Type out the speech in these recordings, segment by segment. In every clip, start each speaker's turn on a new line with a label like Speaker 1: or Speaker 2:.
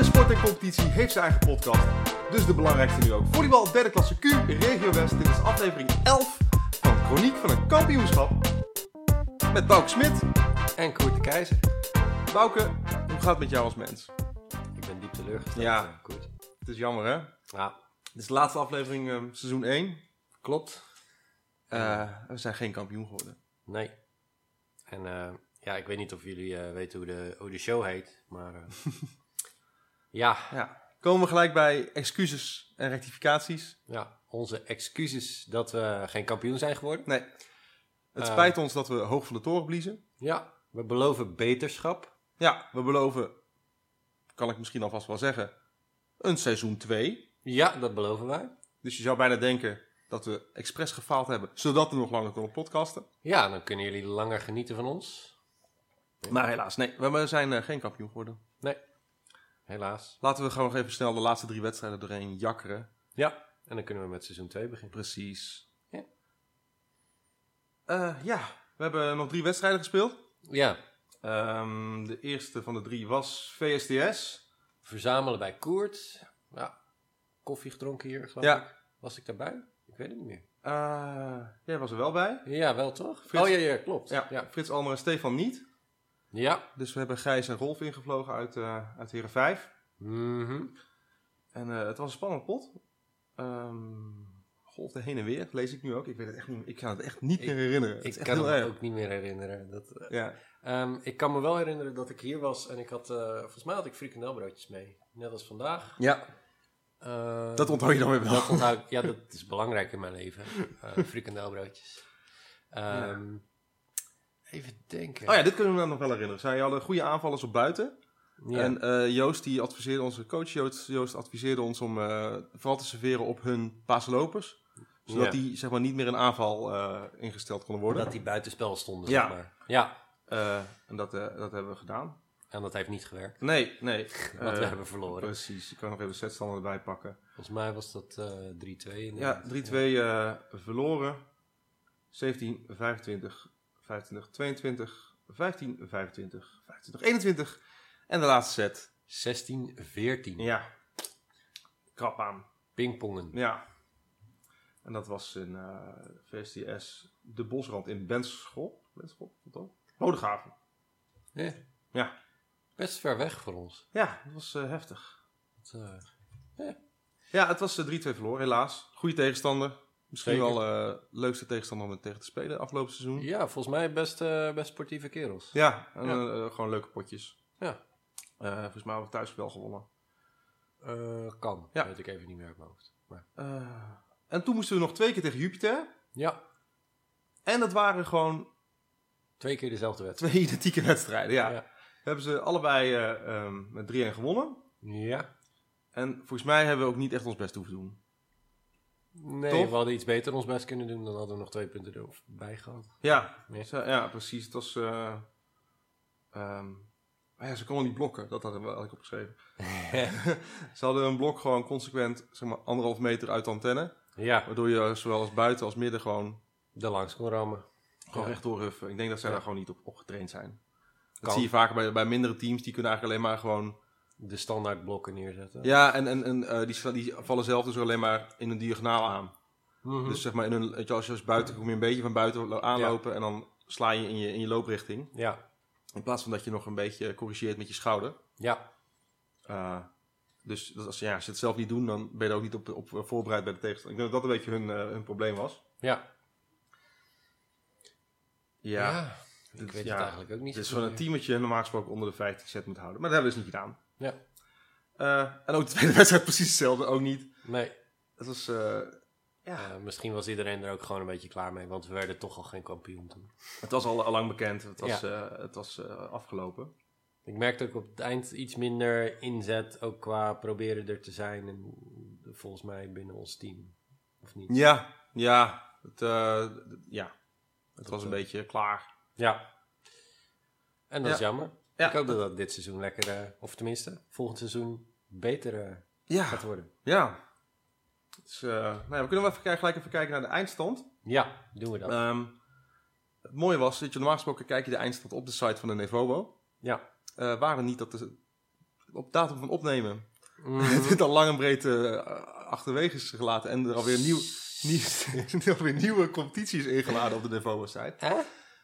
Speaker 1: voetbalcompetitie heeft zijn eigen podcast. Dus de belangrijkste nu ook. Volleybal, derde klasse Q, Regio West. Dit is aflevering 11 van Chroniek van een Kampioenschap. Met Bouke Smit.
Speaker 2: En Koert de Keizer.
Speaker 1: Bouke, hoe gaat het met jou als mens?
Speaker 2: Ik ben diep teleurgesteld.
Speaker 1: Ja.
Speaker 2: eh, Koert.
Speaker 1: Het is jammer hè?
Speaker 2: Ja,
Speaker 1: Dit is de laatste aflevering eh, seizoen 1.
Speaker 2: klopt.
Speaker 1: Eh, we zijn geen kampioen geworden.
Speaker 2: Nee. En eh, ja, ik weet niet of jullie eh, weten hoe de, hoe de show heet, maar eh, ja,
Speaker 1: Ja. Komen we gelijk bij excuses en rectificaties?
Speaker 2: ja, onze excuses dat we geen kampioen zijn geworden.
Speaker 1: Nee. Het
Speaker 2: Eh.
Speaker 1: spijt ons dat we hoog van de toren bliezen.
Speaker 2: Ja, we beloven beterschap.
Speaker 1: Ja, we beloven, kan ik misschien alvast wel zeggen, een seizoen 2.
Speaker 2: Ja, dat beloven wij.
Speaker 1: Dus je zou bijna denken dat we expres gefaald hebben, zodat we nog langer konden podcasten.
Speaker 2: Ja, dan kunnen jullie langer genieten van ons.
Speaker 1: Maar helaas, nee, we- we zijn eh, geen kampioen geworden.
Speaker 2: Nee, helaas.
Speaker 1: Laten we gewoon nog even snel de laatste drie wedstrijden doorheen jakkeren.
Speaker 2: Ja, en dan kunnen we met seizoen 2 beginnen.
Speaker 1: Precies.
Speaker 2: Ja.
Speaker 1: Eh, ja, we hebben nog drie wedstrijden gespeeld.
Speaker 2: Ja,
Speaker 1: Ehm, de eerste van de drie was VSTS.
Speaker 2: verzamelen bij Koert. Ja, koffie gedronken hier, geloof
Speaker 1: Ja.
Speaker 2: ik. Was ik daarbij? Ik weet het niet meer.
Speaker 1: Eh, jij was er wel bij.
Speaker 2: Ja, wel toch?
Speaker 1: Frits-
Speaker 2: Oh ja, ja, klopt.
Speaker 1: Ja,
Speaker 2: ja.
Speaker 1: Frits Almer en Stefan niet.
Speaker 2: Ja.
Speaker 1: Dus we hebben Gijs en Rolf ingevlogen uit, eh uit Heren 5.
Speaker 2: Mhm.
Speaker 1: En eh, het was een spannende pot. Ehm golfde heen en weer, lees ik nu ook. Ik weet het echt niet. Ik kan het echt niet
Speaker 2: Ik-
Speaker 1: meer herinneren. Het
Speaker 2: Ik
Speaker 1: is echt
Speaker 2: kan
Speaker 1: heel
Speaker 2: me
Speaker 1: erg.
Speaker 2: ook niet meer herinneren. Dat, eh,
Speaker 1: Ja.
Speaker 2: ehm, ik kan me wel herinneren dat ik hier was en ik had, eh, volgens mij had ik frikandelbroodjes mee. Net als vandaag.
Speaker 1: ja,
Speaker 2: Ehm,
Speaker 1: dat onthoud je dan weer wel.
Speaker 2: dat onthoud ik- ja, dat is belangrijk in mijn leven. Eh frikandelbroodjes. Ehm, Even denken.
Speaker 1: Oh ja, dit kunnen we me nog wel herinneren. Zij hadden goede aanvallers op buiten.
Speaker 2: Ja.
Speaker 1: En eh, Joost, die adviseerde onze coach Joost, Joost adviseerde ons om eh, vooral te serveren op hun paaslopers. Zodat
Speaker 2: Ja.
Speaker 1: die zeg maar, niet meer in aanval eh, ingesteld konden worden.
Speaker 2: dat die buitenspel stonden,
Speaker 1: Ja.
Speaker 2: zeg maar. Ja.
Speaker 1: Eh, en dat, eh, dat hebben we gedaan.
Speaker 2: En dat heeft niet gewerkt.
Speaker 1: Nee, nee.
Speaker 2: Want we
Speaker 1: Eh,
Speaker 2: hebben verloren.
Speaker 1: Precies, ik kan nog even de setstanden erbij pakken.
Speaker 2: Volgens mij was dat eh 3-2.
Speaker 1: Ja,
Speaker 2: inderdaad.
Speaker 1: 3-2 eh, verloren. 17, 25, 25, 22, 15, 25, 25, 21. En de laatste set.
Speaker 2: 16-14.
Speaker 1: Ja, krap aan.
Speaker 2: Pingpongen.
Speaker 1: Ja. En dat was in eh VSTS De Bosrand in Benschop. Benschop, wat dan? Bodegraven.
Speaker 2: Ja.
Speaker 1: Ja.
Speaker 2: Best ver weg voor ons.
Speaker 1: Ja, dat was eh, heftig.
Speaker 2: Dat, eh,
Speaker 1: Ja, het was eh, 3-2 verloren, helaas. Goede tegenstander. Misschien
Speaker 2: Zeker.
Speaker 1: wel de leukste tegenstander om tegen te spelen afgelopen seizoen. Ja,
Speaker 2: ja, volgens mij best, eh, best sportieve kerels.
Speaker 1: en,
Speaker 2: Ja.
Speaker 1: eh, eh, gewoon leuke potjes.
Speaker 2: Ja.
Speaker 1: Eh, volgens mij hebben we thuis wel gewonnen.
Speaker 2: Eh, kan.
Speaker 1: Ja.
Speaker 2: Weet ik even niet meer uit mijn hoofd. Maar,
Speaker 1: Eh, en toen moesten we nog twee keer tegen Jupiter.
Speaker 2: ja,
Speaker 1: En dat waren gewoon
Speaker 2: twee keer dezelfde wedstrijd.
Speaker 1: twee identieke wedstrijden. Ja.
Speaker 2: Ja.
Speaker 1: Hebben ze allebei eh, ehm, met 3-1 gewonnen.
Speaker 2: Ja.
Speaker 1: En volgens mij hebben we ook niet echt ons best hoeven doen.
Speaker 2: Nee,
Speaker 1: Toch?
Speaker 2: we hadden iets beter ons best kunnen doen. Dan hadden we nog twee punten erbij gehad.
Speaker 1: Ja,
Speaker 2: Ja.
Speaker 1: zo- ja precies. Het was. eh, ehm, maar ja, ze konden niet blokken, dat had ik, had ik opgeschreven. ze hadden een blok gewoon consequent, zeg maar, anderhalf meter uit de antenne.
Speaker 2: ja,
Speaker 1: Waardoor je zowel als buiten als midden gewoon,
Speaker 2: de langs kon rammen.
Speaker 1: gewoon
Speaker 2: Ja.
Speaker 1: rechtdoor huffen. Ik denk dat zij
Speaker 2: Ja.
Speaker 1: daar gewoon niet op, op getraind zijn. Dat
Speaker 2: Kan.
Speaker 1: zie je vaker bij, bij mindere teams, die kunnen eigenlijk alleen maar gewoon...
Speaker 2: De standaard blokken neerzetten.
Speaker 1: Ja, en, en, en eh, die, sla- die vallen zelf dus alleen maar in een diagonaal aan.
Speaker 2: Mhm.
Speaker 1: Dus zeg maar, in hun, weet je, als je als buiten kom je een beetje van buiten lo- aanlopen en dan sla je in je, in je looprichting.
Speaker 2: ja.
Speaker 1: In plaats van dat je nog een beetje corrigeert met je schouder.
Speaker 2: ja.
Speaker 1: Eh, dus dat als, ja, als ze het zelf niet doen, dan ben je er ook niet op, op eh, voorbereid bij de tegenstander. Ik denk dat dat een beetje hun, eh, hun probleem was.
Speaker 2: Ja.
Speaker 1: Ja,
Speaker 2: Ik
Speaker 1: Dit-
Speaker 2: weet
Speaker 1: ja.
Speaker 2: het eigenlijk ook niet.
Speaker 1: het is
Speaker 2: zo
Speaker 1: gewoon een
Speaker 2: goed
Speaker 1: team wat je normaal gesproken onder de 15 set moet houden. Maar dat hebben we dus niet gedaan.
Speaker 2: meer. Ja.
Speaker 1: Eh, en ook de tweede wedstrijd precies hetzelfde, ook niet.
Speaker 2: Nee.
Speaker 1: Het was, eh,
Speaker 2: Eh, misschien was iedereen er ook gewoon een beetje klaar mee. Want we werden toch al geen kampioen toen.
Speaker 1: het was al, al lang bekend, het was, eh, het was eh, afgelopen.
Speaker 2: Ik merkte ook op het eind iets minder inzet, ook qua proberen er te zijn. En volgens mij binnen ons team. Of niet?
Speaker 1: Ja, ja, het, eh, d- ja. het was een
Speaker 2: eh,
Speaker 1: beetje klaar.
Speaker 2: Ja. En dat
Speaker 1: Ja.
Speaker 2: is jammer.
Speaker 1: Ja.
Speaker 2: Ik hoop dat dat dit seizoen lekker, eh, of tenminste, volgend seizoen beter eh,
Speaker 1: Ja,
Speaker 2: gaat worden.
Speaker 1: ja. Dus, eh, nou ja, we kunnen wel even, gelijk even kijken naar de eindstand.
Speaker 2: Ja, doen we dat.
Speaker 1: Ehm, het mooie was dat je normaal gesproken kijk je de eindstand op de site van de Nevobo.
Speaker 2: ja.
Speaker 1: Eh waren niet dat de, op datum van opnemen dat dit al lang en breed eh, achterwege is gelaten. En er alweer, nieuw, nieuw, er alweer nieuwe competities ingeladen op de Nevobo-site.
Speaker 2: Hè?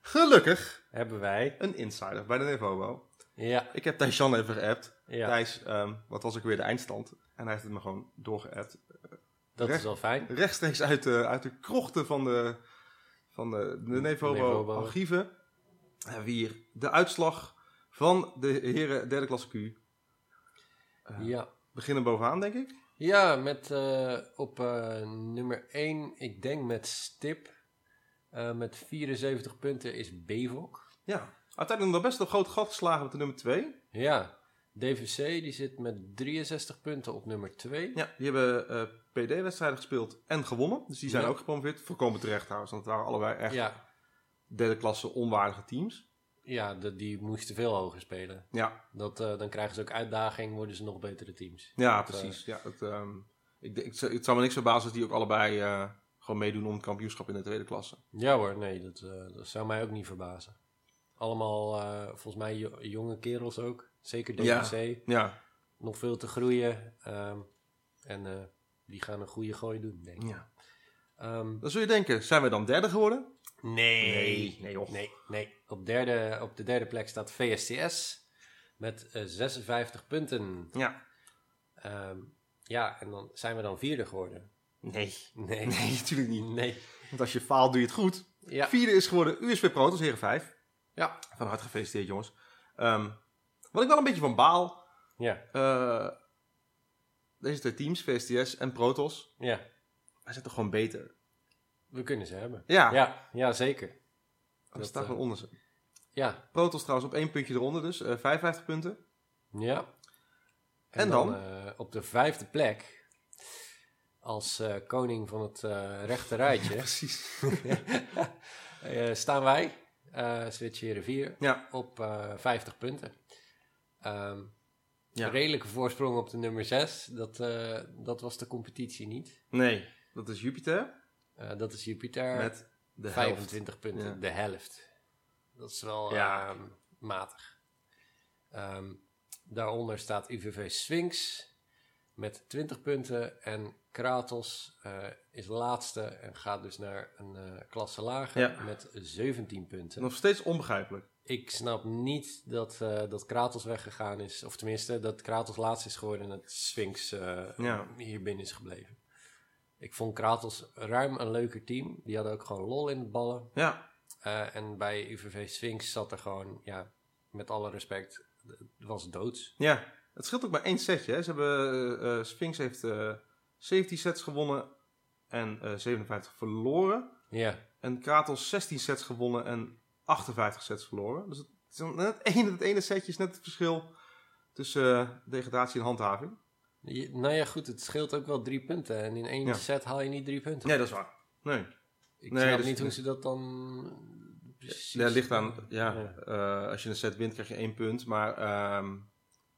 Speaker 1: Gelukkig
Speaker 2: Hebben wij.
Speaker 1: een insider bij de Nevobo.
Speaker 2: Ja,
Speaker 1: Ik heb Thijsjan even geappt.
Speaker 2: Ja.
Speaker 1: Thijs, ehm, wat was ook weer de eindstand? En hij heeft het me gewoon doorgeappt.
Speaker 2: dat
Speaker 1: Recht-
Speaker 2: is wel fijn.
Speaker 1: Rechtstreeks uit de, uit de krochten van de, van de, de Nevobo
Speaker 2: Nevobo.
Speaker 1: archieven. Hebben we hier de uitslag van de heren derde klasse Q.
Speaker 2: Ja.
Speaker 1: Beginnen bovenaan, denk ik.
Speaker 2: Ja, met eh, op eh, nummer 1, ik denk met stip. eh, met 74 punten is Bevok.
Speaker 1: Ja, uiteindelijk nog best een groot gat geslagen met de nummer 2.
Speaker 2: Ja, DVC die zit met 63 punten op nummer 2.
Speaker 1: Ja, die hebben eh, PD-wedstrijden gespeeld en gewonnen. Dus die zijn
Speaker 2: Ja.
Speaker 1: ook gepromoveerd. Voorkomen terecht trouwens, want het waren allebei echt
Speaker 2: Ja,
Speaker 1: derde klasse onwaardige teams.
Speaker 2: ja de- die moesten veel hoger spelen.
Speaker 1: Ja,
Speaker 2: Dat, eh, dan krijgen ze ook uitdaging, worden ze nog betere teams. eh,
Speaker 1: ja precies. ja, het, ehm, ik, denk- het zou- het zou me niks verbazen dat die ook allebei eh, gewoon meedoen om het kampioenschap in de tweede klasse.
Speaker 2: Ja hoor, nee, dat, eh, dat zou mij ook niet verbazen. Allemaal, eh, volgens mij, jo- jonge kerels ook. Zeker
Speaker 1: Ja.
Speaker 2: DVC.
Speaker 1: Ja,
Speaker 2: Nog veel te groeien. ehm, en eh, die gaan een goede gooi doen, denk ik.
Speaker 1: ja.
Speaker 2: Ehm,
Speaker 1: Dan zul je denken, zijn we dan derde geworden?
Speaker 2: nee.
Speaker 1: nee, joh.
Speaker 2: Nee, nee. Op, derde, op de derde plek staat VSTS met eh, 56 punten.
Speaker 1: Ja.
Speaker 2: Ehm, ja, en dan zijn we dan vierde geworden.
Speaker 1: Nee.
Speaker 2: Nee.
Speaker 1: Nee, natuurlijk niet.
Speaker 2: Nee.
Speaker 1: Want als je faalt, doe je het goed.
Speaker 2: Ja.
Speaker 1: Vierde is geworden USP Pro, dat is heren 5.
Speaker 2: Ja.
Speaker 1: Van harte gefeliciteerd, jongens. Ehm, wat ik wel een beetje van baal,
Speaker 2: Ja.
Speaker 1: Eh, deze twee teams, VSTS en Protos,
Speaker 2: Ja.
Speaker 1: hij zit toch gewoon beter.
Speaker 2: We kunnen ze hebben.
Speaker 1: Ja, ja
Speaker 2: Ja, ja zeker.
Speaker 1: dat
Speaker 2: dat,
Speaker 1: staat
Speaker 2: eh,
Speaker 1: gewoon onder ze.
Speaker 2: Ja.
Speaker 1: Protos trouwens op één puntje eronder, dus eh 55 punten.
Speaker 2: Ja.
Speaker 1: En dan?
Speaker 2: eh, op de vijfde plek, als eh, koning van het eh rechte rijtje,
Speaker 1: Precies.
Speaker 2: eh, staan wij, eh Switch Heren 4,
Speaker 1: ja,
Speaker 2: op eh, 50 punten. Ehm
Speaker 1: Ja.
Speaker 2: Redelijke voorsprong op de nummer 6. Dat, eh, dat was de competitie niet.
Speaker 1: nee, dat is Jupiter
Speaker 2: Eh, dat is Jupiter
Speaker 1: met de
Speaker 2: 25 punten,
Speaker 1: Ja.
Speaker 2: de helft. Dat is wel
Speaker 1: Ja.
Speaker 2: ehm, matig. Ehm, daaronder staat UVV Sphinx met 20 punten. En Kratos eh, is laatste en gaat dus naar een eh, klasse lager
Speaker 1: Ja.
Speaker 2: met 17 punten.
Speaker 1: Nog steeds onbegrijpelijk.
Speaker 2: Ik snap niet dat, eh, dat Kratos weggegaan is. Of tenminste, dat Kratos laatst is geworden en dat Sphinx eh,
Speaker 1: Ja.
Speaker 2: hier binnen is gebleven. Ik vond Kratos ruim een leuker team. Die hadden ook gewoon lol in de ballen.
Speaker 1: Ja,
Speaker 2: Eh, en bij UVV Sphinx zat er gewoon, ja, met alle respect, het was doods.
Speaker 1: ja. Het scheelt ook maar één setje. Hè. Ze hebben, eh, eh, Sphinx heeft eh 17 sets gewonnen en eh, 57 verloren.
Speaker 2: Ja,
Speaker 1: En Kratos 16 sets gewonnen en 58 sets verloren. Dus het, is dan net het, ene, het ene setje is net het verschil tussen eh, degradatie en handhaving.
Speaker 2: Je- nou ja, goed, het scheelt ook wel drie punten. En in één
Speaker 1: Ja.
Speaker 2: set haal je niet drie punten.
Speaker 1: Nee, dat is waar. Nee,
Speaker 2: Ik
Speaker 1: nee,
Speaker 2: snap
Speaker 1: dus-
Speaker 2: niet hoe ze dat dan precies...
Speaker 1: dat ligt aan. Ja,
Speaker 2: Ja.
Speaker 1: eh, als je een set wint, krijg je één punt. Maar ehm,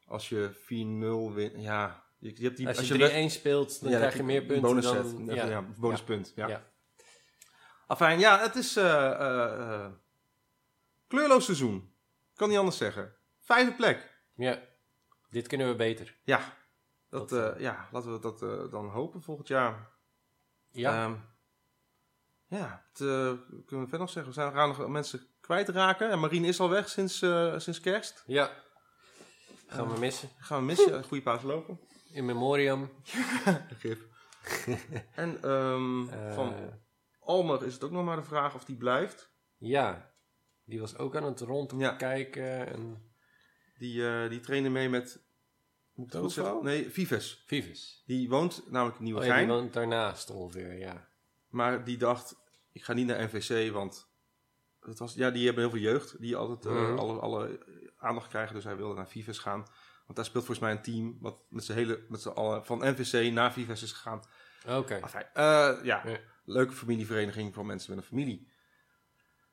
Speaker 1: als je 4-0 wint, ja. Je, je hebt die,
Speaker 2: Als je,
Speaker 1: best-
Speaker 2: 3-1 speelt, dan
Speaker 1: ja,
Speaker 2: krijg je meer punten
Speaker 1: bonus
Speaker 2: dan...
Speaker 1: set, ja, ja, bonuspunt. Ja.
Speaker 2: Ja.
Speaker 1: Afijn, ja, het is eh, eh, eh, kleurloos seizoen. Kan niet anders zeggen. Vijfde plek.
Speaker 2: Ja, dit kunnen we beter.
Speaker 1: Ja, dat,
Speaker 2: Dat,
Speaker 1: eh, ja laten we dat eh, dan hopen volgend jaar.
Speaker 2: Ja,
Speaker 1: Ehm, ja het, eh, kunnen we verder nog zeggen. We zijn, gaan nog mensen kwijtraken. En Marien is al weg sinds, eh, sinds kerst.
Speaker 2: ja. Gaan we missen.
Speaker 1: Gaan we missen. Goede paas lopen.
Speaker 2: In memoriam.
Speaker 1: Gif. en ehm,
Speaker 2: eh,
Speaker 1: van Almer is het ook nog maar de vraag of die blijft.
Speaker 2: ja, die was ook aan het rondkijken. En
Speaker 1: Die, eh, die trainde mee met... Moet ik het goed
Speaker 2: Tovo?
Speaker 1: zeggen? Nee, Vives.
Speaker 2: Vives.
Speaker 1: Die woont namelijk in
Speaker 2: Oh, ja, die
Speaker 1: Nieuwegein.
Speaker 2: woont daarnaast ongeveer, ja.
Speaker 1: Maar die dacht, ik ga niet naar NVC, want het was, ja, die hebben heel veel jeugd. Die altijd eh,
Speaker 2: Mhm.
Speaker 1: alle, alle aandacht krijgen. Dus hij wilde naar Vives gaan. Want daar speelt volgens mij een team wat met z'n hele, met z'n allen van NVC naar Vives is gegaan.
Speaker 2: Oké.
Speaker 1: Enfin, eh, ja,
Speaker 2: Ja.
Speaker 1: leuke familievereniging voor mensen met een familie.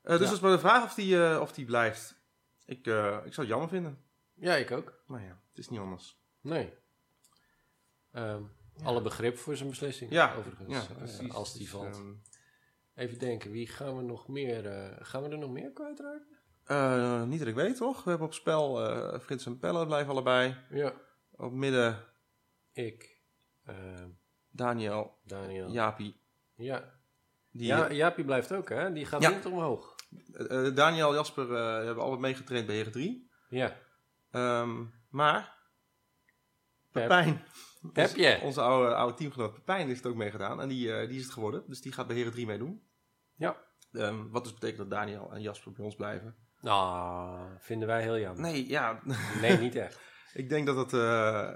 Speaker 1: Eh, dus
Speaker 2: Ja.
Speaker 1: dat is maar de vraag of die, eh, of die blijft. Ik, eh, ik zou het jammer vinden.
Speaker 2: Ja, ik ook.
Speaker 1: Maar ja, het is niet anders.
Speaker 2: Nee. Ehm, Alle begrip voor zijn beslissing,
Speaker 1: Ja,
Speaker 2: overigens.
Speaker 1: ja,
Speaker 2: eh,
Speaker 1: precies.
Speaker 2: als die
Speaker 1: Dus,
Speaker 2: valt.
Speaker 1: ehm,
Speaker 2: Even denken, wie gaan we nog meer... eh, gaan we er nog meer kwijtraken?
Speaker 1: eh, niet dat ik weet, toch? We hebben op spel eh Frits en Pelle blijven allebei.
Speaker 2: Ja.
Speaker 1: Op midden
Speaker 2: ik, eh,
Speaker 1: Daniel,
Speaker 2: Daniel.
Speaker 1: Jaapie.
Speaker 2: Ja.
Speaker 1: Die,
Speaker 2: ja, Jaapie blijft ook, hè? Die gaat
Speaker 1: Ja.
Speaker 2: niet omhoog.
Speaker 1: eh, eh, Daniel en Jasper eh, hebben allebei meegetraind bij Heren 3.
Speaker 2: Ja.
Speaker 1: Ehm, maar
Speaker 2: Pep.
Speaker 1: Pepijn,
Speaker 2: Heb je?
Speaker 1: onze oude, oude teamgenoot Pepijn, heeft het ook meegedaan. En die, eh, die is het geworden. Dus die gaat bij Heren 3 meedoen.
Speaker 2: Ja.
Speaker 1: Ehm, wat dus betekent dat Daniel en Jasper bij ons blijven.
Speaker 2: Nou, vinden wij heel jammer.
Speaker 1: Nee, ja,
Speaker 2: Nee, niet echt.
Speaker 1: ik denk dat het... eh,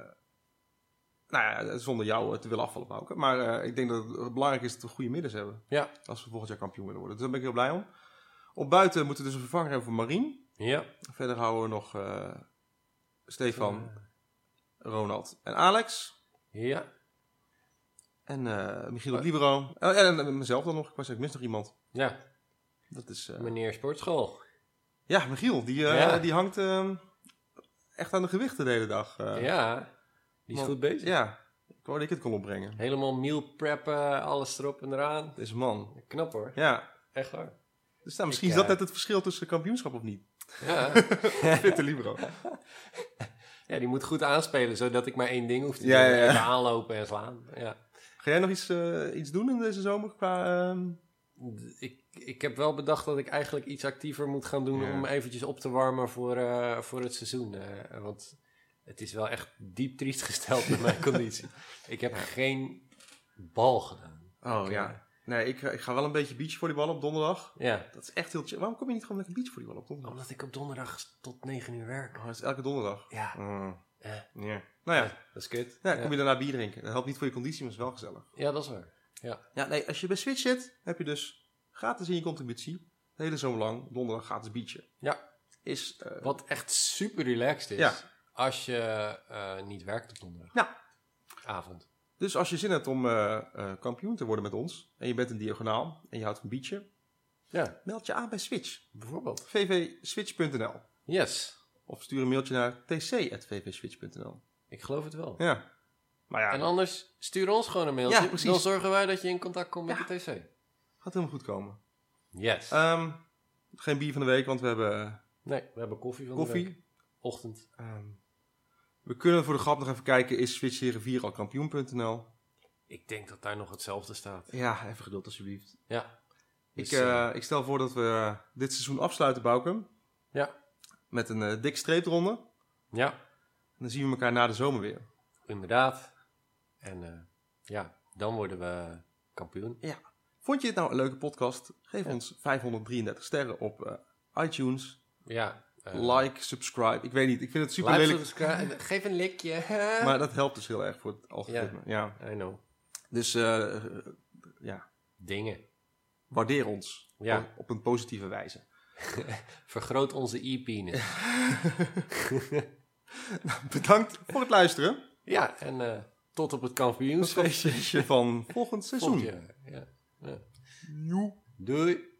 Speaker 1: nou ja, zonder jou eh, te willen afvallen, Bouke. Maar eh, ik denk dat het belangrijk is dat we goede middens hebben.
Speaker 2: Ja.
Speaker 1: Als we volgend jaar kampioen willen worden. Dus daar ben ik heel blij om. Op buiten moeten we dus een vervanger hebben voor Marien.
Speaker 2: Ja.
Speaker 1: Verder houden we nog eh, Stefan, Ronald en Alex.
Speaker 2: Ja.
Speaker 1: En eh, Michiel
Speaker 2: Oh.
Speaker 1: op Libero. Oh, en, en mezelf dan nog. Ik, was, ik mis nog iemand.
Speaker 2: Ja,
Speaker 1: Dat is... eh,
Speaker 2: meneer Sportschool.
Speaker 1: Ja, Michiel. Die, eh,
Speaker 2: Ja.
Speaker 1: die hangt eh, echt aan de gewichten de hele dag. eh.
Speaker 2: ja. Die is
Speaker 1: Want-
Speaker 2: goed bezig.
Speaker 1: Ja. Ik wou dat ik het kon opbrengen.
Speaker 2: Helemaal meal preppen, alles erop en eraan.
Speaker 1: Deze man.
Speaker 2: Knap hoor.
Speaker 1: Ja.
Speaker 2: Echt waar.
Speaker 1: Dus nou, misschien
Speaker 2: Ik,
Speaker 1: is dat
Speaker 2: eh,
Speaker 1: net het verschil tussen kampioenschap of niet.
Speaker 2: Ja.
Speaker 1: Fitte Libero.
Speaker 2: ja, die moet goed aanspelen, zodat ik maar één ding hoef te
Speaker 1: Ja,
Speaker 2: doen.
Speaker 1: ja, ja.
Speaker 2: Even aanlopen en slaan. Ja.
Speaker 1: Ga jij nog iets, eh, iets doen in deze zomer? Qua, ehm,
Speaker 2: D- Ik, ik heb wel bedacht dat ik eigenlijk iets actiever moet gaan doen
Speaker 1: Ja.
Speaker 2: om eventjes op te warmen voor, eh, voor het seizoen. eh, want het is wel echt diep triest gesteld met mijn conditie. Ik heb geen bal gedaan.
Speaker 1: Oh
Speaker 2: Oké.
Speaker 1: ja. Nee, ik, eh, ik ga wel een beetje beachvolleyballen op donderdag.
Speaker 2: Ja,
Speaker 1: Dat is echt heel chill. Waarom kom je niet gewoon lekker beachvolleyballen op donderdag?
Speaker 2: omdat ik op donderdag tot 9 uur werk.
Speaker 1: Oh, dat is elke donderdag.
Speaker 2: Ja,
Speaker 1: Mm.
Speaker 2: Eh.
Speaker 1: Ja. Nou ja,
Speaker 2: eh, dat is kut.
Speaker 1: ja, dan kom je daarna bier drinken. Dat helpt niet voor je conditie, maar is wel gezellig.
Speaker 2: Ja, dat is waar.
Speaker 1: Ja, nee, als je bij Switch zit, heb je dus gratis in je contributie. De hele zomer lang, donderdag gratis beachen.
Speaker 2: Ja.
Speaker 1: Is, eh,
Speaker 2: Wat echt super relaxed is
Speaker 1: Ja.
Speaker 2: als je eh, niet werkt op donderdag.
Speaker 1: Ja.
Speaker 2: Avond.
Speaker 1: dus als je zin hebt om eh, eh, kampioen te worden met ons, en je bent een diagonaal, en je houdt van beachen,
Speaker 2: Ja,
Speaker 1: meld je aan bij Switch.
Speaker 2: bijvoorbeeld.
Speaker 1: vvswitch.nl
Speaker 2: Yes,
Speaker 1: Of stuur een mailtje naar tc.vvswitch.nl
Speaker 2: ik geloof het wel.
Speaker 1: Ja. Maar ja,
Speaker 2: En anders stuur ons gewoon een mailtje.
Speaker 1: Ja, precies.
Speaker 2: Dan zorgen wij dat je in contact komt met
Speaker 1: Ja.
Speaker 2: de TC.
Speaker 1: gaat helemaal goed komen.
Speaker 2: Yes.
Speaker 1: Ehm, geen bier van de week, want we hebben eh,
Speaker 2: nee, we hebben koffie van de week.
Speaker 1: koffie.
Speaker 2: Ochtend.
Speaker 1: Ehm, we kunnen voor de grap nog even kijken, is Switch Heren 4 al kampioen.nl?
Speaker 2: Ik denk dat daar nog hetzelfde staat.
Speaker 1: Ja, even geduld alsjeblieft.
Speaker 2: Ja. Dus,
Speaker 1: ik,
Speaker 2: eh,
Speaker 1: eh, ik stel voor dat we eh, dit seizoen afsluiten, Bouke.
Speaker 2: Ja.
Speaker 1: Met een eh, dik streep eronder. En
Speaker 2: ja,
Speaker 1: dan zien we elkaar na de zomer weer.
Speaker 2: inderdaad. En eh, ja, dan worden we kampioen.
Speaker 1: Vond je dit nou een leuke podcast? Geef
Speaker 2: Ja.
Speaker 1: ons 533 sterren op eh, iTunes.
Speaker 2: Ja. eh,
Speaker 1: like, subscribe. Ik weet niet, ik vind het super
Speaker 2: like,
Speaker 1: lelijk.
Speaker 2: subscribe- Geef een likje.
Speaker 1: Maar dat helpt dus heel erg voor het algoritme. Ja.
Speaker 2: I know.
Speaker 1: Dus eh, eh, ja,
Speaker 2: Dingen.
Speaker 1: waardeer ons
Speaker 2: Ja.
Speaker 1: op, op een positieve wijze.
Speaker 2: Vergroot onze e-penis.
Speaker 1: Bedankt voor het luisteren.
Speaker 2: ja, en eh, tot op het
Speaker 1: Een
Speaker 2: kampioensfeestje.
Speaker 1: feestje van volgend seizoen.
Speaker 2: Volgend jaar. Ja. ja. Doei.